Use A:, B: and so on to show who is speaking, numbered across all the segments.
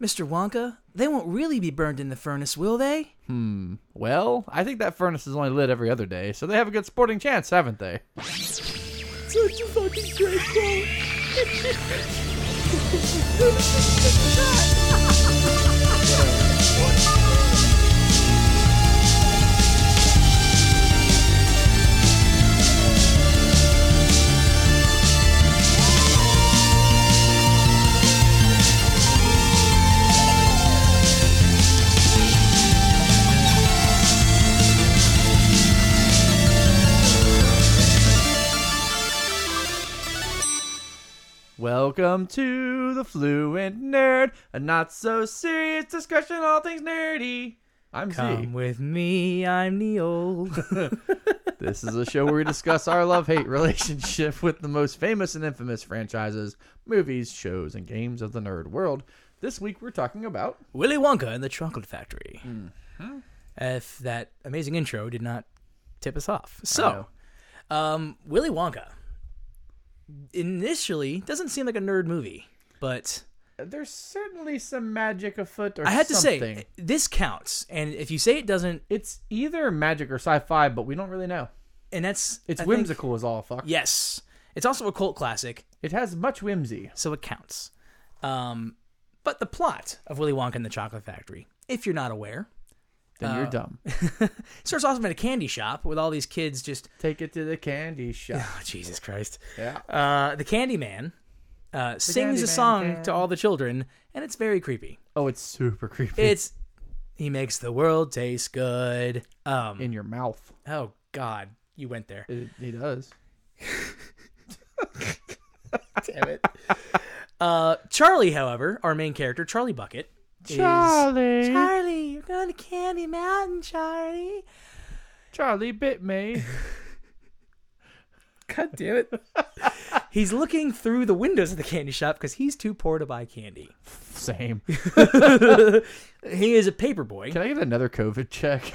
A: Mr. Wonka, they won't really be burned in the furnace, will they?
B: Well, I think that furnace is only lit every other day, so they have a good sporting chance, haven't they?
C: Such a fucking great quote.
B: Welcome to the Fluent Nerd, a not so serious discussion on all things nerdy. I'm
A: Come
B: Z.
A: with me, I'm Neil.
B: This is a show where we discuss our love hate relationship with the most famous and infamous franchises, movies, shows, and games of the nerd world. This week we're talking about.
A: Willy Wonka and the Chocolate Factory.
B: Mm-hmm.
A: If that amazing intro did not tip us off. So, um, Willy Wonka initially doesn't seem like a nerd movie, but
B: There's certainly some magic afoot or
A: I had to
B: something.
A: say, this counts. And if you say it doesn't,
B: It's either magic or sci fi, but we don't really know.
A: and that's.
B: It's
A: I think-
B: whimsical as all fuck.
A: yes. It's also a cult classic,
B: It has much whimsy.
A: so it counts. Um, but the plot of Willy Wonka and the Chocolate Factory, if you're not aware,
B: Then you're dumb.
A: starts off at a candy shop with all these kids just
B: Take it to the candy shop.
A: Oh, Jesus Christ.
B: Yeah.
A: Uh, the Candyman uh, sings a
B: Candyman
A: song
B: can-
A: to all the children, and it's very creepy.
B: Oh, it's super creepy.
A: It's he makes the world taste good. Um,
B: in your mouth.
A: oh God, you went there.
B: It, he does.
A: Damn it. uh, Charlie, however, our main character, Charlie Bucket, is- Hmm? Charlie, you're going to Candy Mountain, Charlie.
B: Charlie bit me.
A: God damn it. He's looking through the windows of the candy shop because he's too poor to buy candy.
B: Same.
A: He is a paper boy.
B: Can I get another COVID check?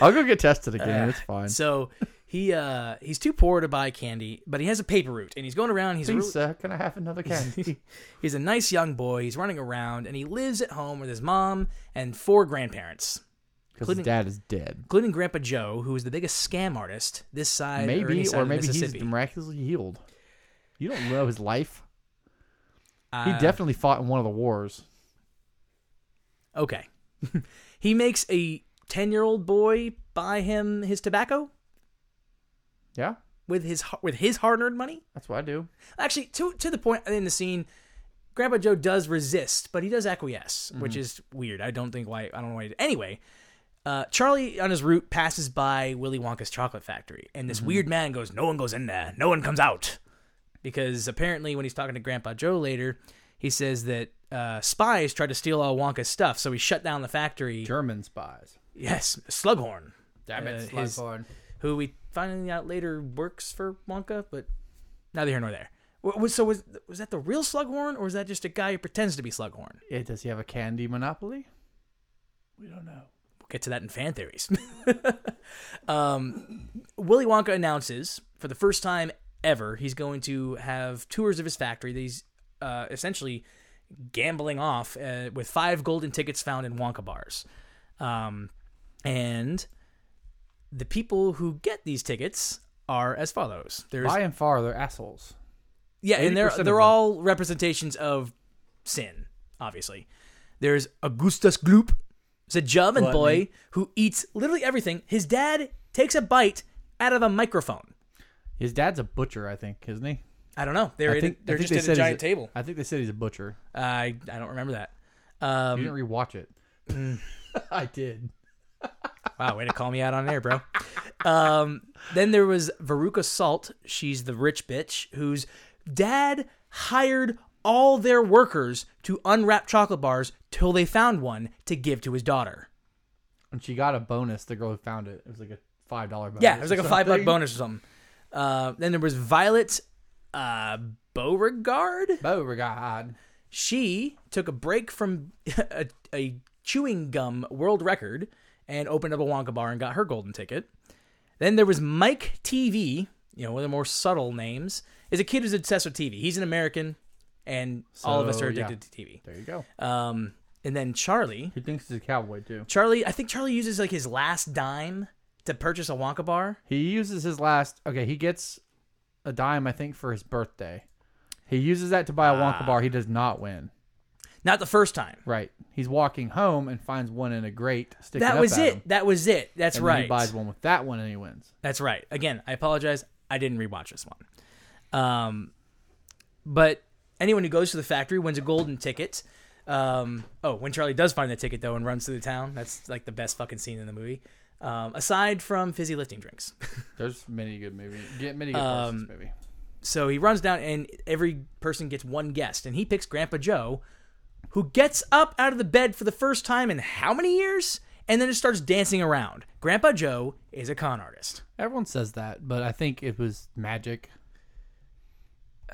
B: I'll go get tested again. It's fine.
A: So he uh he's too poor to buy candy, but he has a paper route and he's going around. He's a
B: Please,
A: real-
B: sir, can I have another candy?
A: he's a nice young boy. He's running around and he lives at home with his mom and four grandparents,
B: Because his dad is dead.
A: including Grandpa Joe, who is the biggest scam artist this side or, any
B: Maybe,
A: side
B: Uh, or
A: of
B: maybe he's
A: Mississippi.
B: miraculously healed. You don't know his life. He
A: Uh,
B: definitely fought in one of the wars.
A: okay. he makes a ten year old boy buy him his tobacco
B: Yeah,
A: with his har- with his hard earned money.
B: that's what I do.
A: Actually, to to the point in the scene, Grandpa Joe does resist, but he does acquiesce, which is weird. I don't think why I don't know why. He did. Anyway, uh, Charlie on his route passes by Willy Wonka's chocolate factory, and this weird man goes, "No one goes in there. No one comes out," because apparently when he's talking to Grandpa Joe later, he says that uh, spies tried to steal all Wonka's stuff, so he shut down the factory.
B: German spies.
A: Yes, Slughorn.
B: Damn
A: it, Uh, his- who we finding out later works for Wonka, but neither here nor there. Wa- was- So was was that the real Slughorn, or was that just a guy who pretends to be Slughorn?
B: Eh, does he have a candy monopoly? We don't know.
A: We'll get to that in fan theories. um, Willy Wonka announces for the first time ever he's going to have tours of his factory that he's uh, essentially gambling off uh, with five golden tickets found in Wonka bars, um, and the people who get these tickets are as follows. There's
B: By and far, they're assholes.
A: Yeah, and they're
B: 80% of
A: they're
B: them.
A: all representations of sin, obviously. There's Augustus Gloop. It's a German boy who eats literally everything. His dad takes a bite out of a microphone.
B: His dad's a butcher, I think, isn't he?
A: I don't know. They're
B: I think,
A: in,
B: I
A: they're
B: think
A: just at
B: said
A: a
B: he's
A: giant table.
B: I think they said he's a butcher.
A: I I don't remember that. Um,
B: You
A: Mm.
B: didn't rewatch it. I did.
A: Wow, way to call me out on air, bro. Um, then there was Veruca Salt. She's the rich bitch whose dad hired all their workers to unwrap chocolate bars till they found one to give to his daughter.
B: And she got a bonus. The girl who found it. It was like a five dollar bonus.
A: Yeah, it was
B: or
A: like a five buck
B: something.
A: bonus or something. Uh, then there was Violet uh, Beauregard.
B: Beauregard.
A: She took a break from a, a chewing gum world record and opened up a Wonka bar and got her golden ticket. Then there was Mike TV, you know, one of the more subtle names, is a kid who's obsessed with TV. He's an American. and all of us
B: So,
A: are
B: yeah.
A: addicted to
B: There you go.
A: TV. Um, and then Charlie,
D: He thinks he's a cowboy too.
A: Charlie, I think Charlie uses like his last dime to purchase a Wonka bar.
B: He uses his last. Okay, he gets a dime, I think, for his birthday. He uses that to buy a Wonka
A: Ah.
B: bar. He does not win.
A: Not the first time.
B: Right. He's walking home and finds one in a grate. Sticking
A: That
B: up
A: was
B: at
A: it.
B: him,
A: That was it. That's
B: and then
A: right.
B: He buys one with that one and he wins.
A: That's right. Again, I apologize. I didn't rewatch this one. Um, but anyone who goes to the factory wins a golden ticket. Um, oh, when Charlie does find the ticket though and runs through the town, that's like the best fucking scene in the movie. Um, aside from fizzy lifting drinks.
B: There's many good movies. Get many good
A: Um,
B: parts in this movie.
A: so he runs down and every person gets one guest and he picks Grandpa Joe who gets up out of the bed for the first time in how many years and then just starts dancing around. Grandpa Joe is a con artist.
D: Everyone says that, but I think it was magic.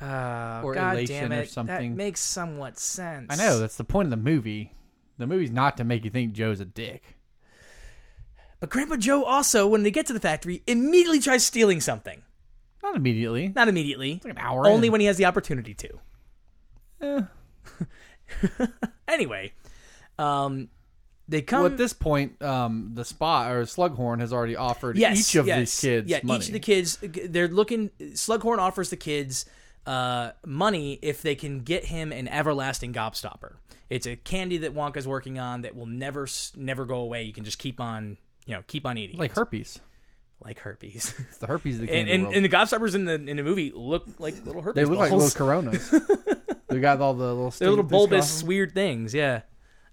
A: Uh,
B: Or
A: God
B: elation
A: damn
B: or
A: it.
B: something.
A: That makes somewhat sense.
B: I know.
D: That's the point of the movie. The movie's not to make you think Joe's a dick.
A: But Grandpa Joe also, when they get to the factory, immediately tries stealing something.
D: Not immediately.
A: Not immediately.
D: Like an hour.
A: Only
D: in.
A: when he has the opportunity to.
D: Eh.
A: Anyway, um, they come.
B: Well, at this point, um, the spot or Slughorn has already offered
A: yes,
B: each of
A: yes,
B: these kids
A: Yeah,
B: money.
A: each of the kids. They're looking. Slughorn offers the kids uh, money if they can get him an everlasting gobstopper. It's a candy that Wonka's working on that will never, s- never go away. You can just keep on, you know, keep on eating.
B: like herpes.
A: like herpes.
B: It's the herpes that came
A: and,
B: in the
A: and,
B: world.
A: and the gobstoppers in the in the movie look like little herpes.
B: They look like
A: balls.
B: little coronas. they got all the little.
A: They're little
B: stink that's
A: bulbous,
B: gone.
A: weird things. Yeah.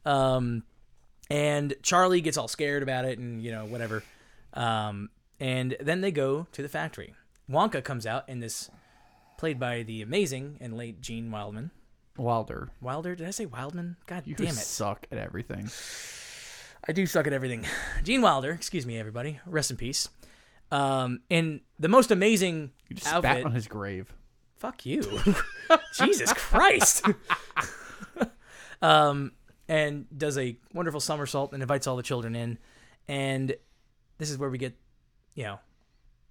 A: Um, and Charlie gets all scared about it, and you know whatever. Um, and then they go to the factory. Wonka comes out in this, played by the amazing and late Gene Wildman.
B: Wilder.
A: Wilder? Did I say Wildman? God
B: You
A: damn it!
B: suck at everything.
A: I do suck at everything. Gene Wilder, excuse me, everybody. Rest in peace. Um, and the most amazing
B: You just
A: outfit.
B: spat on his grave.
A: fuck you jesus christ um and does a wonderful somersault and invites all the children in and this is where we get you know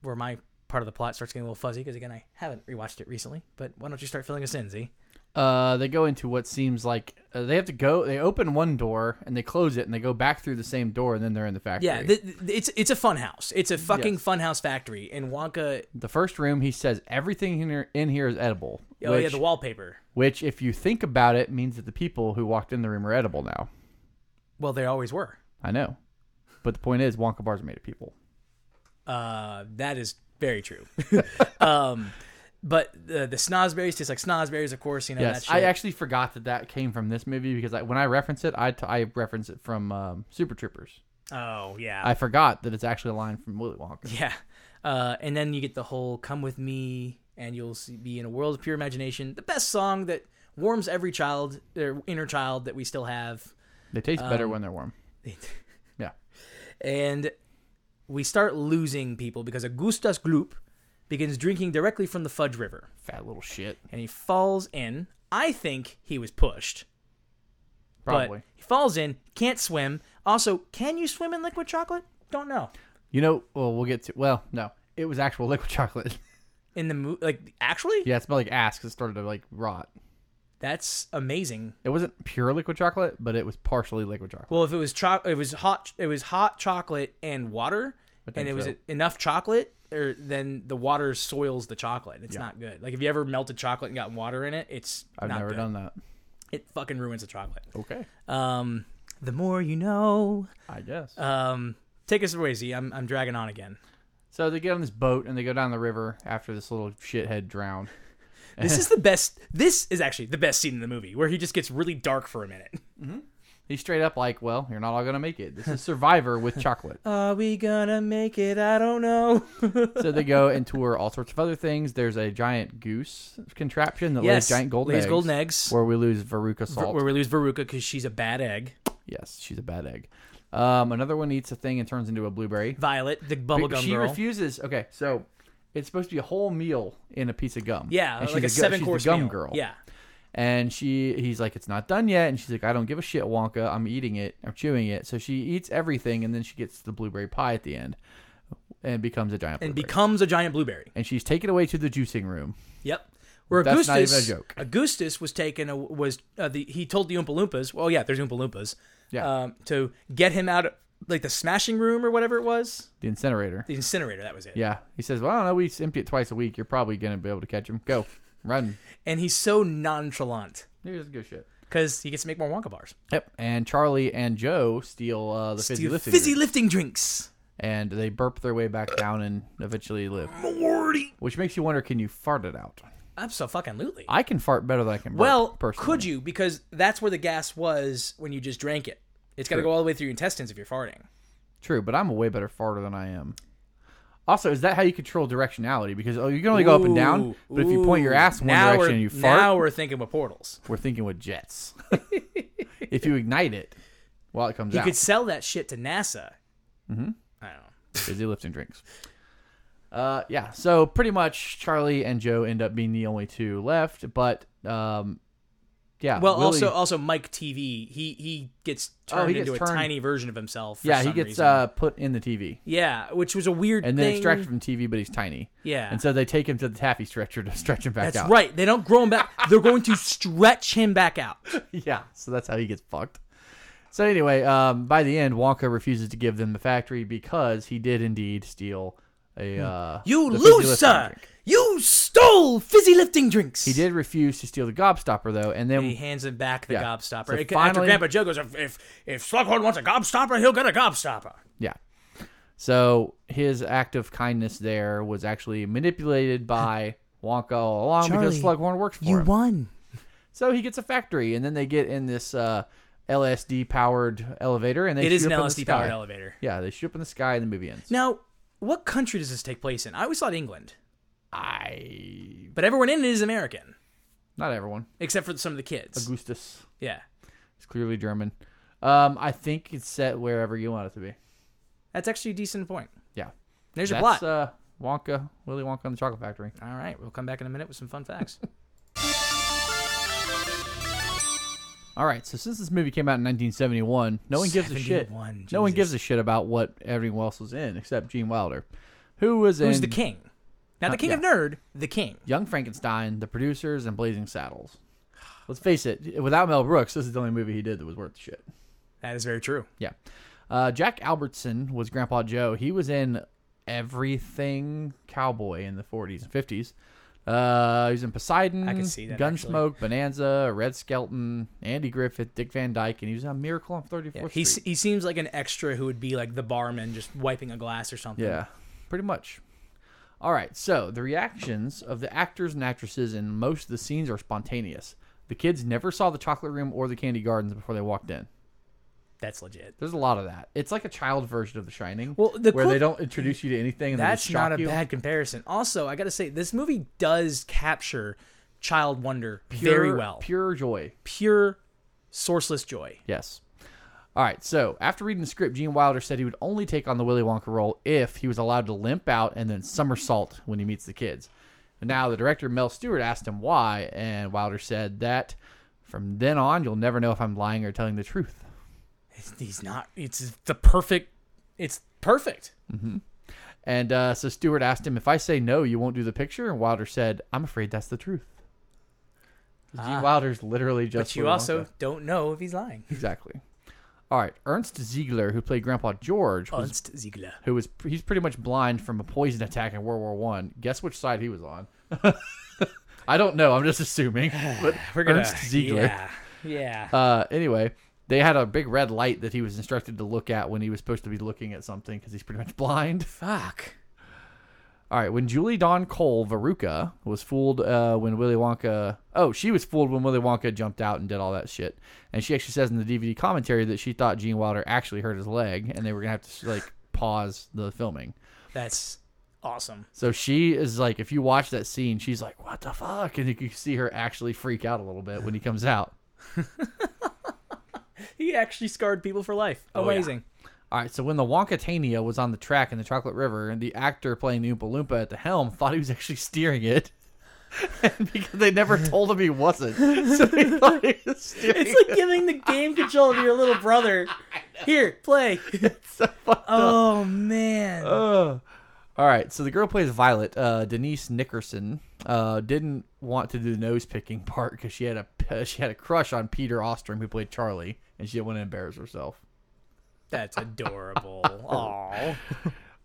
A: where my part of the plot starts getting a little fuzzy because again i haven't rewatched it recently but why don't you start filling us in z
B: Uh, they go into what seems like uh, they have to go. They open one door and they close it, and they go back through the same door, and then they're in the factory.
A: yeah th- th- it's it's a fun house it's a fucking
B: Yes.
A: fun house factory and wonka
B: the first room, he says everything in here, in here is edible.
A: oh
B: which,
A: yeah the wallpaper
B: which, if you think about it, means that the people who walked in the room are edible now.
A: well they always were
B: I know, but the point is, Wonka bars are made of people.
A: Uh, that is very true. um, but the the snozberries taste like snozberries, of course. You know that
B: Yes,
A: shit.
B: I actually forgot that that came from this movie because I, when I reference it, I, t- I reference it from um, Super Troopers.
A: oh yeah,
B: I forgot that it's actually a line from Willy Wonka.
A: yeah. Uh, and then you get the whole "Come with me" and you'll see, be in a world of pure imagination. The best song that warms every child, their inner child that we still have.
B: They taste better
A: Um,
B: when they're warm. Yeah.
A: and we start losing people because Augustus Gloop begins drinking directly from the Fudge River,
B: Fat little shit.
A: and he falls in. I think he was pushed.
B: Probably.
A: But he falls in, can't swim. Also, can you swim in liquid chocolate? Don't know.
B: You know, well, we'll get to. Well, no, it was actual liquid chocolate.
A: In the mo- like actually,
B: yeah, it smelled like ass 'cause it started to like rot.
A: that's amazing.
B: It wasn't pure liquid chocolate, but it was partially liquid chocolate.
A: Well, if it was cho- it was hot, it was hot chocolate and water, and it was
B: so.
A: enough chocolate, or then the water soils the chocolate. It's not good. Like if you ever melted chocolate and got water in it, it's
B: I've
A: not
B: never
A: good.
B: done that.
A: It fucking ruins the chocolate.
B: Okay,
A: Um, the more you know.
B: I guess.
A: Um, take us away, Z. I'm I'm dragging on again.
B: so they get on this boat and they go down the river after this little shithead drowned.
A: This is the best. This is actually the best scene in the movie where he just gets really dark for a minute.
B: He's straight up like, "Well, you're not all gonna make it. This is Survivor with chocolate."
A: Are we gonna make it? I don't know.
B: so they go and tour all sorts of other things. There's a giant goose contraption that lays giant golden
A: lays
B: eggs.
A: golden eggs.
B: Where we lose Veruca Salt.
A: Where we lose Veruca because she's a bad egg.
B: yes, she's a bad egg. Um, another one eats a thing and turns into a blueberry.
A: Violet, the
B: But
A: bubblegum
B: she
A: girl.
B: refuses. Okay, so it's supposed to be a whole meal in a piece of gum.
A: yeah,
B: and
A: like a,
B: she's the gu-
A: seven
B: she's
A: course
B: the gum
A: meal.
B: girl.
A: Yeah,
B: and she he's like, it's not done yet, and she's like, I don't give a shit, Wonka. I'm eating it. I'm chewing it. So she eats everything, and then she gets the blueberry pie at the end, and becomes a giant.
A: and
B: blueberry.
A: becomes a giant blueberry.
B: and she's taken away to the juicing room.
A: Yep. Where
C: That's not
A: Augustus,
C: even a joke.
A: Augustus was taken. uh, Was uh, the he told the Oompa Loompas? Well, yeah, there's Oompa Loompas.
B: Yeah.
A: Um, to get him out, of, like the smashing room or whatever it was,
B: The incinerator.
A: the incinerator. That was it.
B: Yeah. He says, Well, I don't know. We empty it twice a week. You're probably going to be able to catch him. Go. Run.
A: And he's so nonchalant
B: Here's good shit.
A: because he gets to make more Wonka bars.
B: Yep. And Charlie and Joe steal uh, the fizzy
A: Steal
B: lifting.
A: fizzy
B: drink,
A: lifting drinks.
B: and they burp their way back down and eventually live.
A: Morty.
B: Which makes you wonder can you fart it out?
A: I'm so fucking lootly.
B: I can fart better than I can burp.
A: Well,
B: personally.
A: could you? Because that's where the gas was when you just drank it. It's got to go all the way through your intestines if you're farting.
B: True, but I'm a way better farter than I am. Also, is that how you control directionality? Because oh, you can only go up and down,
A: Ooh,
B: but if you point your
A: ooh.
B: ass one
A: Now
B: direction
A: we're-
B: and you fart,
A: Now we're thinking with portals.
B: we're thinking with jets. if you ignite it while it comes
A: You
B: out,
A: could sell that shit to NASA. Mm-hmm. I don't know.
B: busy lifting drinks. Uh, yeah. So pretty much, Charlie and Joe end up being the only two left. But um, yeah.
A: Well,
B: Willie-
A: also, also Mike TV. He he gets turned
B: Oh, he gets
A: into a
B: turned-
A: tiny version of himself. For
B: yeah, he
A: some
B: gets
A: reason.
B: uh, put in the TV
A: yeah, which was a weird
B: and then
A: thing.
B: extracted from TV, but he's tiny.
A: Yeah.
B: And so they take him to the taffy stretcher to stretch him back
A: That's
B: out.
A: right. They don't grow him back. They're going to stretch him back out.
B: yeah, so that's how he gets fucked. So anyway, um, by the end, Wonka refuses to give them the factory because he did indeed steal a. Uh,
A: Hmm. You
B: the fizzy lifting
A: loser!
B: drink.
A: You stole fizzy lifting drinks.
B: He did refuse to steal the gobstopper though, and then
A: He hands him back the
B: Yeah.
A: gobstopper.
B: So
A: After
B: finally-
A: Grandpa Joe goes, if if, if Slughorn wants a gobstopper, he'll get a gobstopper.
B: yeah. So his act of kindness there was actually manipulated by Wonka all along because
A: Charlie,
B: Slughorn works for him.
A: won.
B: so he gets a factory, and then they get in this uh, LSD powered elevator, and they
A: It is
B: shoot
A: an
B: up in the
A: LSD powered
B: sky.
A: elevator.
B: Yeah, they shoot up in the sky, and the movie ends.
A: Now, what country does this take place in? I always thought England,
B: I
A: but everyone in it is American,
B: not everyone.
A: except for some of the kids.
B: Augustus.
A: yeah,
B: It's clearly German. Um, I think it's set wherever you want it to be.
A: that's actually a decent point.
B: Yeah.
A: There's your
B: That's
A: plot.
B: uh, Wonka, Willy Wonka and the Chocolate Factory.
A: All right, we'll come back in a minute with some fun facts.
B: All right. So since this movie came out in 1971, no one gives a shit.
A: 71,
B: No one
A: Jesus.
B: gives a shit about what everyone else was in except Gene Wilder, who was
A: Who's
B: in
A: the king? Not the king of
B: Uh, yeah.
A: nerd, the king.
B: Young Frankenstein, The Producers, and Blazing Saddles. Let's face it, without Mel Brooks, this is the only movie he did that was worth the shit.
A: That is very true.
B: Yeah. Uh, Jack Albertson was Grandpa Joe. He was in everything cowboy in the 40s and 50s. Uh, he was in Poseidon,
A: I can see that,
B: Gunsmoke, Bonanza, Red Skelton, Andy Griffith, Dick Van Dyke, and he was on Miracle on 34th Street.
A: He se- he seems like an extra who would be like the barman, just wiping a glass or something.
B: yeah, pretty much. All right, so the reactions of the actors and actresses in most of the scenes are spontaneous. The kids never saw the chocolate room or the candy gardens before they walked in.
A: that's legit.
B: There's a lot of that. It's like a child version of The Shining,
A: Well, the
B: where
A: cool-
B: they don't introduce you to anything. And they just
A: That's
B: shock
A: not a
B: you.
A: bad comparison. Also, I got to say, this movie does capture child wonder
B: Pure-
A: very well. Pure,
B: Pure joy.
A: sourceless joy.
B: Yes. All right. So after reading the script, Gene Wilder said he would only take on the Willy Wonka role if he was allowed to limp out and then somersault when he meets the kids. Now the director Mel Stewart asked him why, and Wilder said that from then on you'll never know if I'm lying or telling the truth.
A: It's- He's not. It's the perfect. It's perfect.
B: And uh, so Stewart asked him if I say no, you won't do the picture, and Wilder said I'm afraid that's the truth. Gene Wilder's literally just.
A: Ah. But you
B: Willy
A: also
B: Wonka.
A: don't know if he's lying.
B: exactly. All right, Ernst Ziegler, who played Grandpa George, was
A: Ernst Ziegler.
B: who was he's pretty much blind from a poison attack in World War One. Guess which side he was on? I don't know. I'm just assuming. But
A: We're gonna,
B: Ernst Ziegler.
A: Yeah. Yeah.
B: Uh, anyway, they had a big red light that he was instructed to look at when he was supposed to be looking at something because he's pretty much blind.
A: Fuck.
B: All right. When Julie Dawn Cole Veruca was fooled uh, when Willy Wonka. Oh, she was fooled when Willy Wonka jumped out and did all that shit. And she actually says in the DVD commentary that she thought Gene Wilder actually hurt his leg, and they were gonna have to like pause the filming.
A: That's awesome.
B: So she is like, if you watch that scene, she's like, "What the fuck?" And you can see her actually freak out a little bit when he comes out.
A: He actually scarred people for life.
B: yeah.
A: Amazing.
B: All right, so when the Wonkatania was on the track in the Chocolate River, and the actor playing the Oompa Loompa at the helm thought he was actually steering it, and because they never told him he wasn't, so he thought he was steering.
A: It's like giving the game control to your little brother. Here, play.
B: so fucked up.
A: Oh man.
B: Ugh. All right, so the girl plays Violet, uh, Denise Nickerson. uh, didn't want to do the nose picking part because she had a she had a crush on Peter Ostrom who played Charlie, and she didn't want to embarrass herself.
A: That's adorable. Aw.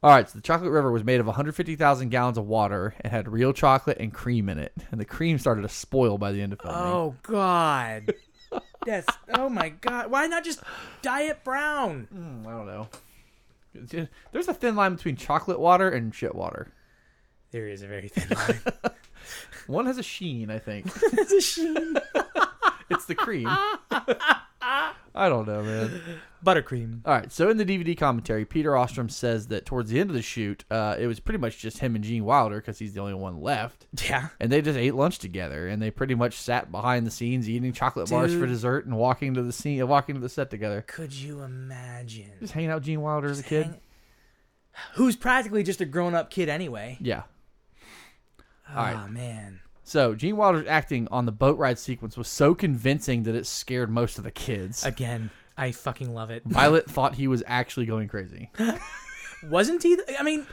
B: All right, so the chocolate river was made of 150,000 gallons of water and had real chocolate and cream in it, and the cream started to spoil by the end of filming.
A: Oh God. That's oh my God. Why not just dye it brown?
B: I don't know. It's just- There's a thin line between chocolate water and shit water.
A: There is a very thin line.
B: One has a sheen, I think.
A: That's a sheen.
B: It's the cream. I don't know, man.
A: Buttercream.
B: All right. So in the DVD commentary, Peter Ostrom says that towards the end of the shoot, uh, it was pretty much just him and Gene Wilder because he's the only one left,
A: Yeah.
B: and they just ate lunch together, and they pretty much sat behind the scenes eating chocolate bars for
A: Dude.
B: dessert and walking to the scene, walking to the set together,
A: Could you imagine?
B: just hanging out. with Gene Wilder as a kid.
A: hang- Who's practically just a grown up kid anyway.
B: Yeah.
A: Oh
B: right.
A: man.
B: So Gene Wilder's acting on the boat ride sequence was so convincing that it scared most of the kids.
A: Again, I fucking love it.
B: Violet thought he was actually going crazy.
A: Wasn't he? th- I mean,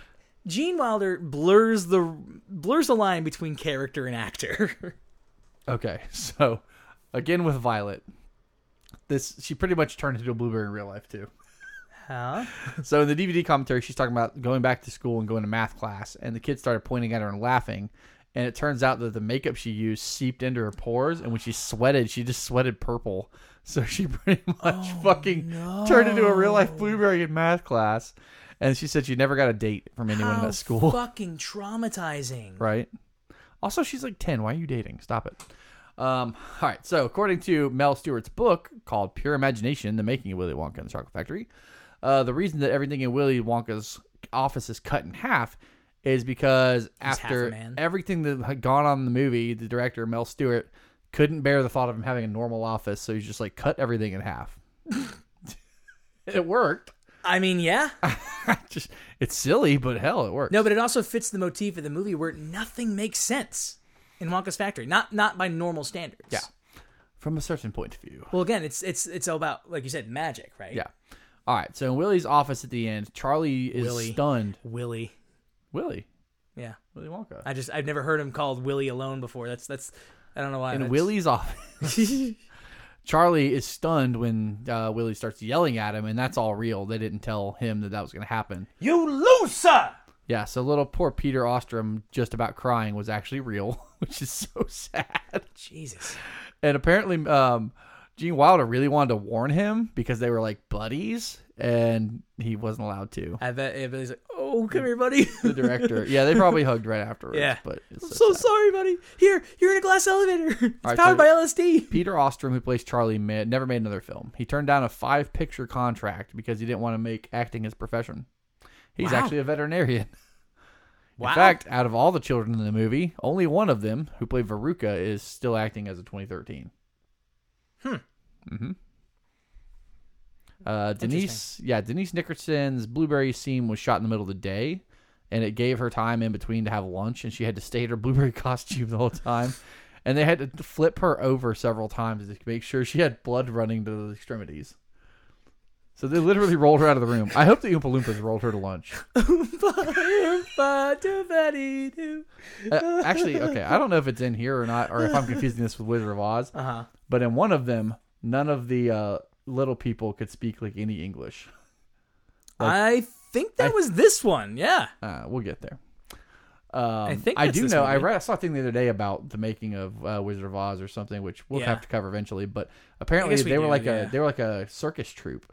A: Gene Wilder blurs the blurs the line between character and actor.
B: Okay, so again with Violet, this she pretty much turned into a blueberry in real life too.
A: huh?
B: So in the DVD commentary, she's talking about going back to school and going to math class, and the kids started pointing at her and laughing. And it turns out that the makeup she used seeped into her pores, and when she sweated, she just sweated purple. So she pretty much fucking turned into a real life blueberry in math class. And she said she never got a date from anyone
A: How
B: at school.
A: Fucking traumatizing.
B: right? Also, she's like 10. Why are you dating? Stop it. Um, all right. So, according to Mel Stewart's book called Pure Imagination The Making of Willy Wonka and the Chocolate Factory, uh, the reason that everything in Willy Wonka's office is cut in half is because
A: half a
B: after
A: man.
B: everything that had gone on in the movie, the director, Mel Stewart, couldn't bear the thought of him having a normal office. So, he's just like cut everything in half. it worked.
A: I mean, yeah.
B: just, it's silly, but hell, it worked.
A: No, but it also fits the motif of the movie where nothing makes sense in Wonka's factory. Not not by normal standards.
B: Yeah. From a certain point of view.
A: Well, again, it's it's it's all about like you said, magic, right?
B: Yeah. All right. So in Willie's office at the end, Charlie is
A: Willie.
B: stunned.
A: Willy.
B: Willie.
A: Yeah.
B: Willy Wonka.
A: I just I've never heard him called Willy alone before. That's that's I don't know why.
B: in
A: that's-
B: Willie's office, Charlie is stunned when uh, Willie starts yelling at him, and that's all real. They didn't tell him that that was going to happen.
A: you loser.
B: Yeah. So little poor Peter Ostrom, just about crying, was actually real, which is so sad.
A: Jesus.
B: And apparently, um, Gene Wilder really wanted to warn him because they were like buddies, and he wasn't allowed to.
A: I bet it was like, oh, come here, buddy.
B: The director, yeah, they probably hugged right afterwards.
A: Yeah.
B: but it's
A: I'm
B: so
A: so sorry, buddy. Here, you're in a glass elevator. It's
B: right,
A: powered
B: so-
A: by LSD.
B: Peter Ostrom, who plays Charlie, ma- never made another film. He turned down a five picture contract because he didn't want to make acting his profession. He's
A: Wow.
B: actually a veterinarian.
A: Wow.
B: In fact, out of all the children in the movie, only one of them, who played Veruca, is still acting as of 2013. Hmm. Mm-hmm. Uh, Denise, yeah, Denise Nickerson's blueberry scene was shot in the middle of the day, and it gave her time in between to have lunch, and she had to stay in her blueberry costume the whole time. And they had to flip her over several times to make sure she had blood running to the extremities. So they literally rolled her out of the room. I hope the Oompa Loompas rolled her to lunch.
A: uh-huh.
B: Uh, actually, okay, I don't know if it's in here or not, or if I'm confusing this with Wizard of Oz.
A: Uh-huh.
B: But in one of them, none of the uh, little people could speak like any English.
A: I think that was this one. Yeah.
B: Uh, we'll get there. Um, I
A: think
B: I
A: that's
B: do
A: this
B: know. I
A: movie.
B: read. I saw a thing the other day about the making of uh, Wizard of Oz or something, which we'll
A: Yeah.
B: have to cover eventually. But apparently,
A: guess we
B: they were
A: do,
B: like
A: yeah.
B: a they were like a circus troupe,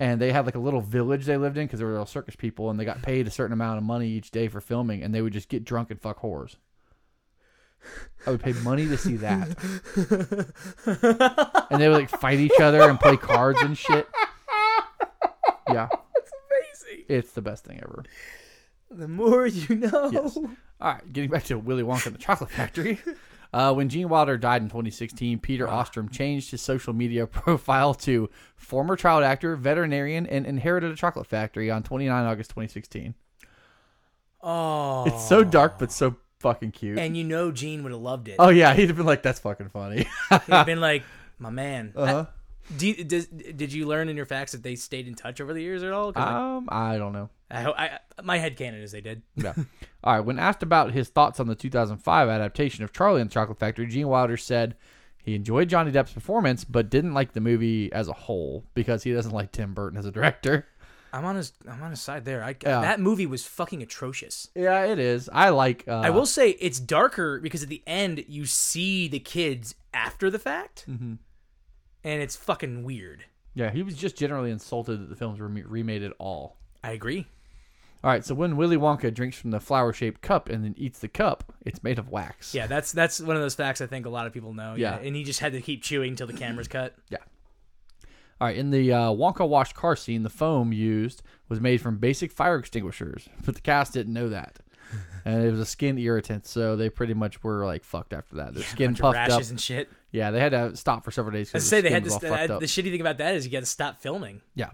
B: and they had like a little village they lived in because they were all circus people, and they got paid a certain amount of money each day for filming, and they would just get drunk and fuck whores. I would pay money to see that, and they would like fight each other and play cards and shit. Yeah,
A: Amazing.
B: it's the best thing ever.
A: The more you know.
B: Yes. All right, getting back to Willy Wonka and the Chocolate Factory. Uh, when Gene Wilder died in 2016, Peter Ostrom changed his social media profile to former child actor, veterinarian, and inherited a chocolate factory on 29 August 2016.
A: Oh.
B: It's so dark, but so fucking cute.
A: and you know
B: Uh-huh.
A: Gene would have loved it.
B: oh, yeah, he'd have been like, that's fucking funny.
A: He'd have been like, my man. I-
B: Uh-huh.
A: Do you, does, did you learn in your facts that they stayed in touch over the years at all? 'Cause, like,
B: Um, I don't know.
A: I, ho- I, my head canon is they did.
B: Yeah. All right. When asked about his thoughts on the 2005 adaptation of Charlie and the Chocolate Factory, Gene Wilder said he enjoyed Johnny Depp's performance, but didn't like the movie as a whole because he doesn't like Tim Burton as a director.
A: I'm on his I'm on his side there. I,
B: Yeah.
A: That movie was fucking atrocious.
B: Yeah, it is. I like. Uh,
A: I will say it's darker because at the end you see the kids after the fact,
B: Mm-hmm.
A: and it's fucking weird.
B: Yeah, he was just generally insulted that the films were me- remade at all.
A: I agree.
B: All right. So when Willy Wonka drinks from the flower-shaped cup and then eats the cup, it's made of wax.
A: Yeah, that's that's one of those facts I think a lot of people know.
B: Yeah.
A: and he just had to keep chewing till the camera's cut.
B: All right, in the uh, Wonka washed car scene, the foam used was made from basic fire extinguishers, but the cast didn't know that. and it was a skin irritant, so they pretty much were like fucked after that. Their skin
A: Bunch of
B: puffed up.
A: rashes and shit.
B: yeah, they had to stop for several days
A: I
B: because
A: say they
B: skin
A: had to.
B: was all
A: st-
B: fucked
A: uh,
B: up.
A: the shitty thing about that is you got to stop filming.
B: yeah.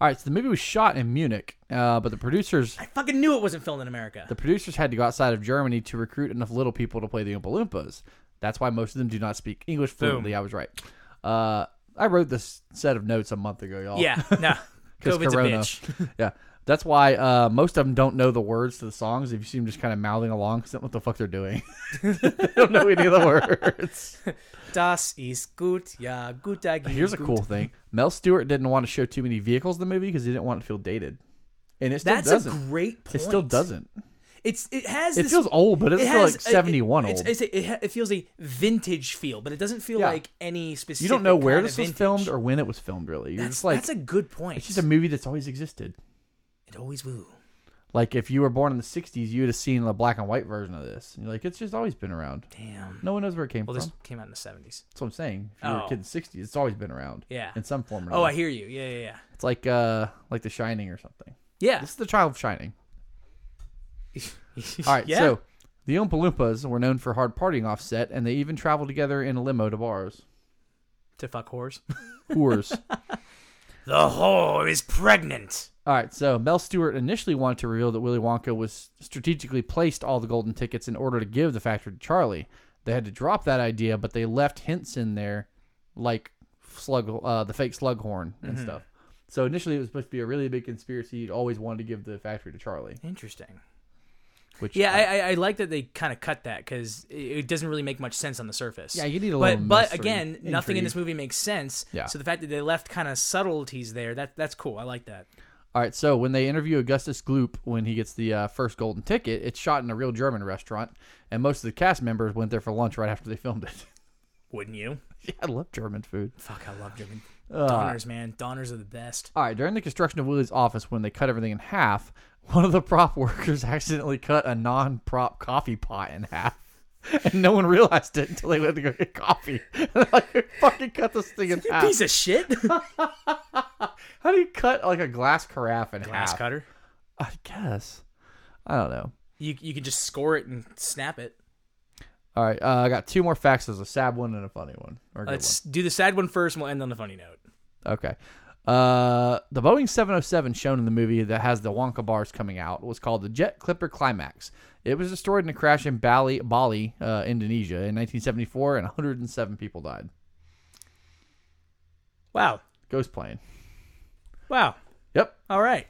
B: All right, so the movie was shot in Munich, uh, but the producers
A: I fucking knew it wasn't filmed in America.
B: the producers had to go outside of Germany to recruit enough little people to play the Oompa Loompas. That's why most of them do not speak English fluently. I was right. Uh, I wrote this set of notes a month ago, y'all.
A: yeah, no,
B: 'Cause
A: COVID's
B: corona.
A: a bitch.
B: yeah. That's why uh, most of them don't know the words to the songs. If you see them just kind of mouthing along, because what the fuck they're doing, they don't know any of the words.
A: Das ist gut, ja, gut dagegen.
B: Here's a cool thing: Mel Stewart didn't want to show too many vehicles in the movie because he didn't want it to feel dated, and it still
A: That's a
B: doesn't.
A: great point.
B: it still doesn't.
A: It's it has.
B: It
A: this,
B: feels old, but it doesn't feel like
A: a- it-
B: seventy-one
A: it's-
B: old.
A: it's a- it, ha- it feels a vintage feel, but it doesn't feel
B: Yeah.
A: like any specific.
B: you don't know where
A: kind of
B: this was
A: vintage.
B: filmed or when it was filmed. Really, you're
A: That's,
B: just like
A: that's a good point.
B: it's just a movie that's always existed.
A: it always will.
B: Like if you were born in the '60s, you would have seen the black and white version of this. And you're like, it's just always been around.
A: Damn.
B: No one knows where it came
A: Well,
B: from.
A: this came out in the seventies.
B: That's what I'm saying. If you were a
A: Oh.
B: kid in the '60s, it's always been around.
A: Yeah.
B: in some form. Or
A: Oh, I
B: another.
A: hear you. Yeah, yeah, yeah.
B: it's like uh, like The Shining or something.
A: Yeah.
B: This is the child of Shining.
A: All
B: All right, so the Oompa Loompas were known for hard partying offset, and they even traveled together in a limo to bars.
A: to fuck whores.
B: Whores.
A: The whore is pregnant.
B: All right, so Mel Stewart initially wanted to reveal that Willy Wonka was strategically placed all the golden tickets in order to give the factory to Charlie. They had to drop that idea, but they left hints in there, like slug, uh, the fake Slughorn and stuff. So initially, it was supposed to be a really big conspiracy. You'd always wanted to give the factory to Charlie,
A: Interesting.
B: which
A: Yeah, I, I, I like that they kind of cut that because it, it doesn't really make much sense on the surface.
B: Yeah, you need a
A: but,
B: little
A: But
B: mystery,
A: again, nothing in
B: intrigue.
A: this movie makes sense.
B: Yeah.
A: So the fact that they left kind of subtleties there, that that's cool. I like that.
B: All right, so when they interview Augustus Gloop when he gets the uh, first golden ticket, it's shot in a real German restaurant, and most of the cast members went there for lunch right after they filmed it.
A: Wouldn't you?
B: yeah, I love German food.
A: Fuck, I love German Donners, man. Donners are the best.
B: All right, during the construction of Willie's office, when they cut everything in half, one of the prop workers accidentally cut a non-prop coffee pot in half. And no one realized it until they went to go get coffee. like, "You fucking cut this thing in half.
A: Piece of shit.
B: How do you cut like a glass carafe in
A: Glass
B: half?
A: cutter.
B: I guess. I don't know.
A: You you could just score it and snap it.
B: All right, uh, I got two more facts. There's a sad one and a funny one. Or a good
A: Let's do the sad one first, and we'll end on a funny note.
B: one. Okay. Uh, the Boeing 707 shown in the movie that has the Wonka bars coming out was called the Jet Clipper Climax. It was destroyed in a crash in Bali, Bali uh, Indonesia in 1974, and 107 people died.
A: Wow.
B: Ghost plane.
A: Wow.
B: Yep.
A: All right.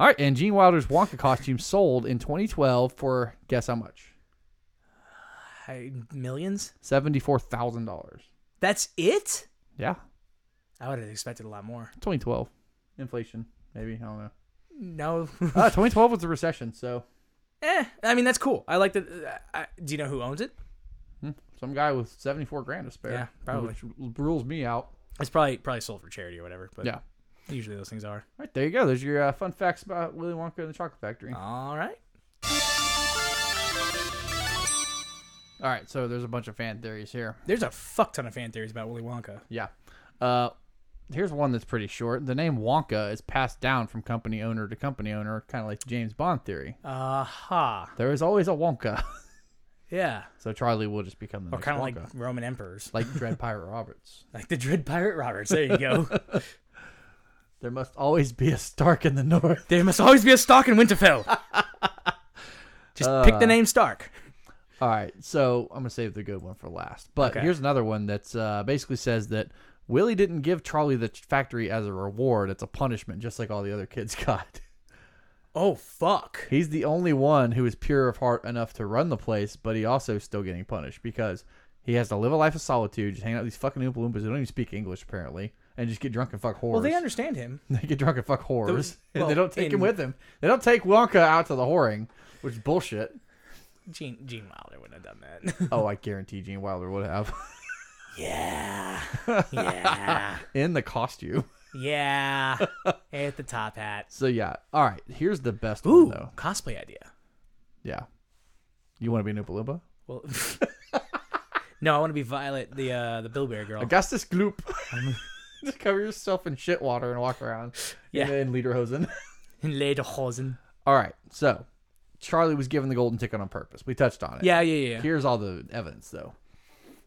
B: All right, and Gene Wilder's Wonka costume sold in 2012 for guess how much?
A: I, millions.
B: Seventy-four thousand dollars.
A: That's it.
B: Yeah,
A: I would have expected a lot more.
B: 2012. Inflation, maybe. I don't know.
A: No.
B: Uh, 2012 was the recession, so
A: eh. I mean, that's cool. I like that. uh, I, I- do you know who owns it?
B: hmm, some guy with 74 grand to spare.
A: Yeah, probably.
B: Which r- rules me out.
A: It's probably probably sold for charity or whatever. But
B: Yeah.
A: usually those things are.
B: All right, there you go. There's your uh, fun facts about Willy Wonka and the Chocolate Factory.
A: All right.
B: All right, so there's a bunch of fan theories here.
A: There's a fuck ton of fan theories about Willy Wonka.
B: Yeah. Uh, here's one that's pretty short. The name Wonka is passed down from company owner to company owner, kind of like the James Bond theory.
A: Aha. Uh-huh.
B: There is always a Wonka.
A: Yeah.
B: so Charlie will just become the
A: Or
B: next
A: kind of like
B: Wonka.
A: Roman emperors,
B: Like Dread Pirate Roberts.
A: like the Dread Pirate Roberts. There you go.
B: There must always be a Stark in the North.
A: There must always be a Stark in Winterfell. Just pick
B: Uh.
A: the name Stark.
B: All right, so I'm gonna save the good one for last. But
A: Okay.
B: here's another one that's uh, basically says that Willie didn't give Charlie the factory as a reward; it's a punishment, just like all the other kids got.
A: Oh fuck.
B: He's the only one who is pure of heart enough to run the place, but he also is still getting punished because he has to live a life of solitude, just hang out with these fucking Oompa Loompas who don't even speak English apparently, and just get drunk and fuck whores.
A: Well, they understand him.
B: They get drunk and fuck whores,
A: Those-
B: and
A: well,
B: they don't take him
A: in-
B: with them. They don't take Wonka out to the whoring, which is bullshit.
A: Gene Gene Wilder wouldn't have done that.
B: Oh, I guarantee Gene Wilder would have
A: yeah. Yeah.
B: in the costume.
A: Yeah. At the top hat.
B: So yeah, all right. Here's the best
A: Ooh,
B: one though.
A: cosplay idea.
B: Yeah, you want to be an Oompa Loompa?
A: Well, no, I want to be Violet, the uh, the Bill Bear girl.
B: Augustus Gloop. just cover yourself in shit water and walk around.
A: Yeah.
B: in lederhosen.
A: In Lederhosen.
B: All right, so Charlie was given the golden ticket on purpose. We touched on it.
A: Yeah, yeah, yeah.
B: Here's all the evidence, though.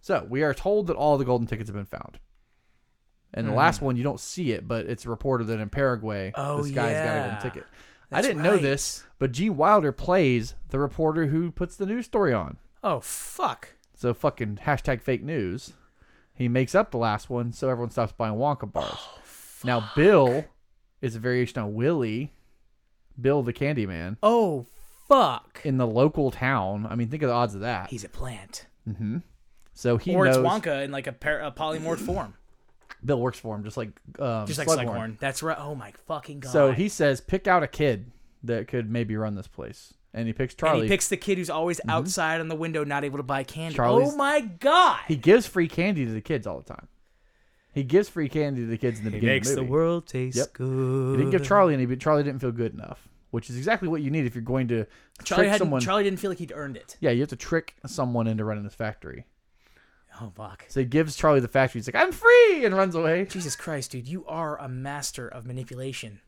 B: So we are told that all the golden tickets have been found. And
A: Hmm.
B: the last one, you don't see it, but it's reported that in Paraguay,
A: Oh,
B: this guy's got a
A: yeah.
B: golden ticket. I
A: That's
B: didn't know
A: right.
B: this, but Gene Wilder plays the reporter who puts the news story on.
A: Oh fuck.
B: So fucking hashtag fake news. He makes up the last one so everyone stops buying Wonka bars. now Bill is a variation on Willie, Bill the Candyman
A: Oh fuck.
B: in the local town. I mean, think of the odds of that.
A: He's a plant.
B: So he
A: or
B: knows
A: it's Wonka in like a, par- a polymorph form,
B: Bill works for him, just like um,
A: just like
B: Slughorn.
A: Slughorn. That's right. Oh my fucking god.
B: So he says, pick out a kid that could maybe run this place, and he picks Charlie. Mm-hmm.
A: and he picks the kid who's always outside on the window, not able to buy candy.
B: Charlie's-
A: oh my god.
B: He gives free candy to the kids all the time. He gives free candy to the kids in the beginning. of the, movie.
A: world taste
B: Yep.
A: good.
B: He didn't give Charlie any, but Charlie didn't feel good enough, which is exactly what you need if you're going to
A: Charlie,
B: trick
A: hadn't-
B: someone.
A: Charlie didn't feel like he'd earned it.
B: yeah, you have to trick someone into running this factory.
A: Oh fuck.
B: So he gives Charlie the factory. He's like, "I'm free," and runs away.
A: Jesus Christ, dude, you are a master of manipulation.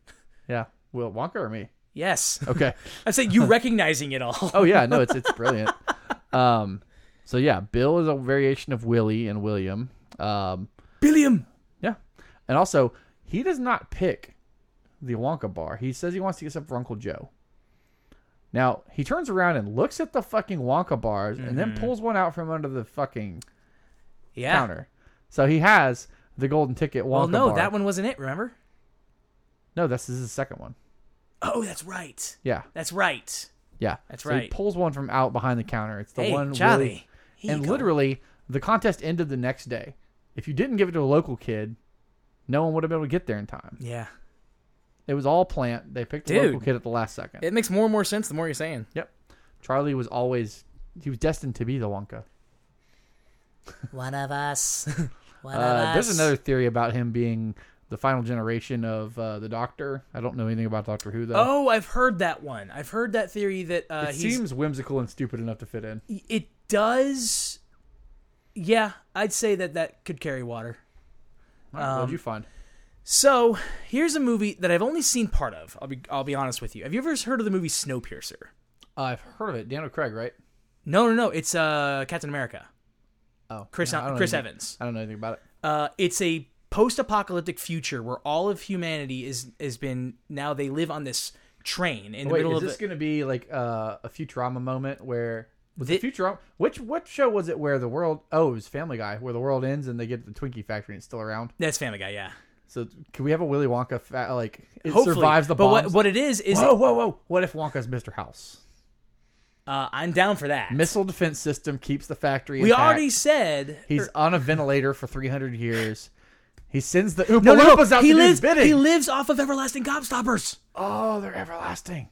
B: Yeah, Will Wonka or me?
A: Yes.
B: Okay.
A: I'm saying you recognizing it all.
B: Oh yeah, no, it's it's brilliant. Um, so yeah, Bill is a variation of Willie and William. Um,
A: Billiam.
B: yeah, and also he does not pick the Wonka bar. He says he wants to get some for Uncle Joe. Now he turns around and looks at the fucking Wonka bars, and then
A: Mm-hmm.
B: pulls one out from under the fucking
A: Yeah.
B: counter. So he has the golden ticket Wonka
A: Ah. Well, no,
B: bar.
A: that one wasn't it, remember?
B: No, this is the second one.
A: Oh, that's right.
B: Yeah,
A: That's right.
B: yeah,
A: That's
B: so He
A: right.
B: pulls one from out behind the counter. It's the
A: hey,
B: one
A: Charlie.
B: Willie-
A: here you
B: and
A: go.
B: literally, the contest ended the next day. If you didn't give it to a local kid, no one would have been able to get there in time.
A: Yeah.
B: It was all plant. They picked a local
A: Dude.
B: kid at the last second.
A: It makes more and more sense the more you're saying.
B: yep. Charlie was always he was destined to be the Wonka.
A: One of us. One of
B: Uh,
A: us.
B: there's another theory about him being the final generation of uh, the Doctor. I don't know anything about Doctor Who though.
A: Oh, I've heard that one. I've heard that theory that uh,
B: it
A: he's
B: seems whimsical and stupid enough to fit in.
A: it does. Yeah, I'd say that that could carry water.
B: what
A: Um,
B: did you find?
A: So here's a movie that I've only seen part of. I'll be I'll be honest with you. Have you ever heard of the movie Snowpiercer?
B: I've heard of it. Daniel Craig, right?
A: No, no, no. It's uh, Captain America.
B: Oh,
A: Chris
B: no, I don't know
A: Chris
B: anything-
A: Evans.
B: I don't know anything about it.
A: Uh, it's a post-apocalyptic future where all of humanity is has been now they live on this train in the
B: Wait,
A: middle
B: is
A: of
B: this
A: the-
B: going to be like uh, a Futurama moment where was it
A: Thi-
B: Futurama? Which what show was it where the world? Oh, it was Family Guy, where the world ends and they get to the Twinkie factory and it's still around.
A: that's Family Guy, yeah.
B: So can we have a Willy Wonka fa- like it
A: Hopefully,
B: survives the
A: but
B: bombs?
A: what what it is is
B: whoa, whoa, whoa! What if Wonka's Mr. House?
A: uh, I'm down for that.
B: Missile defense system keeps the factory.
A: we
B: intact.
A: already said
B: He's on a ventilator for three hundred years. He sends the Oompa
A: no, no,
B: Loompas
A: no.
B: out
A: He
B: to
A: lives.
B: do his bidding.
A: He lives off of everlasting gobstoppers.
B: oh, they're everlasting.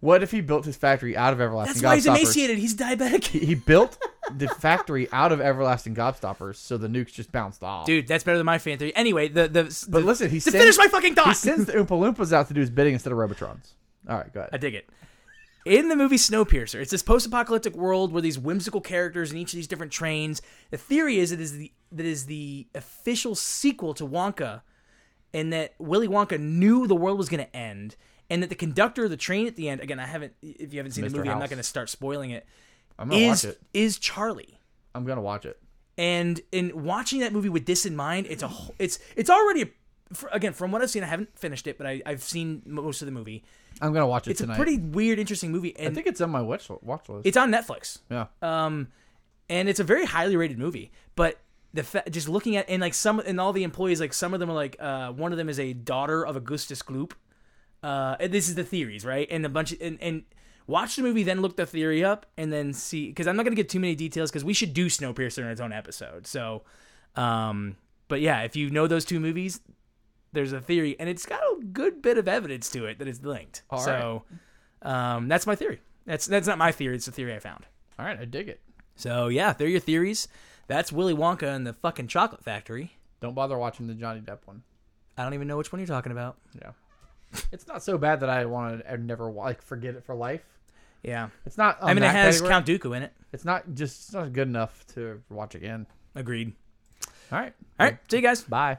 B: What if he built his factory out of everlasting?
A: That's why he's
B: Gobstoppers?
A: emaciated. He's diabetic.
B: he built the factory out of everlasting gobstoppers, so the nukes just bounced off.
A: Dude, that's better than my fan theory. Anyway, the the
B: but listen, he
A: to
B: sends,
A: finish my fucking
B: he
A: thought.
B: sends the Oompa Loompas out to do his bidding instead of Robotrons. All right, go
A: I
B: ahead.
A: dig it. In the movie Snowpiercer, it's this post-apocalyptic world where these whimsical characters in each of these different trains. The theory is it is the that is the official sequel to Wonka, and that Willy Wonka knew the world was going to end, and that the conductor of the train at the end. Again, I haven't. If you haven't seen
B: Mr.
A: the movie, I'm
B: House.
A: not going to start spoiling it.
B: I'm gonna
A: Is
B: watch it.
A: is Charlie?
B: I'm gonna watch it.
A: and in watching that movie with this in mind it's a wh- it's it's already a, for, again from what i've seen i haven't finished it but I, i've seen most of the movie
B: I'm gonna watch it
A: it's
B: tonight.
A: a pretty weird interesting movie
B: I
A: and
B: think it's on my watch watch list.
A: it's on netflix
B: yeah,
A: um and it's a very highly rated movie but the fa- just looking at and like some and all the employees like some of them are like uh, one of them is a daughter of Augustus Gloop. Uh, and this is the theories, right? And a bunch of, and and watch the movie, then look the theory up, and then see because I'm not gonna give too many details because we should do Snowpiercer in its own episode. So, um, but yeah, if you know those two movies, there's a theory and it's got a good bit of evidence to it that it's linked. so, um, that's my theory. That's that's not my theory. It's the theory I found.
B: All right, I dig it.
A: So yeah, they're your theories. That's Willy Wonka and the fucking chocolate factory.
B: Don't bother watching the Johnny Depp one.
A: I don't even know which one you're talking about.
B: Yeah. it's not so bad that I want to never wa- like forget it for life.
A: Yeah,
B: It's not.
A: I mean it has
B: category.
A: Count Dooku in it.
B: It's not just. It's not good enough to watch again.
A: Agreed.
B: All right.
A: All right, see you guys.
B: Bye.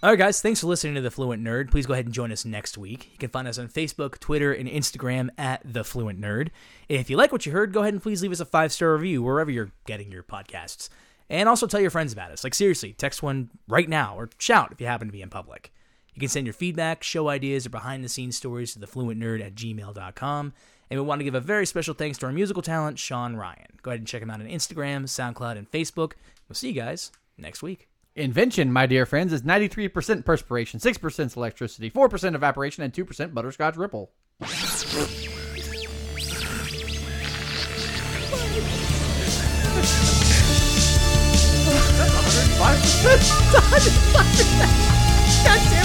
A: All right, guys, thanks for listening to The Fluent Nerd. Please go ahead and join us next week. You can find us on Facebook, Twitter, and Instagram at The Fluent Nerd. If you like what you heard, go ahead and please leave us a five star review wherever you're getting your podcasts. And also tell your friends about us. Like, seriously, text one right now or shout if you happen to be in public. You can send your feedback, show ideas, or behind the scenes stories to thefluentnerd at gmail.com. And we want to give a very special thanks to our musical talent, Sean Ryan. Go ahead and check him out on Instagram, SoundCloud, and Facebook. We'll see you guys next week.
B: Invention, my dear friends, is 93% perspiration, 6% electricity, 4% evaporation, and 2% butterscotch ripple.
E: God damn it.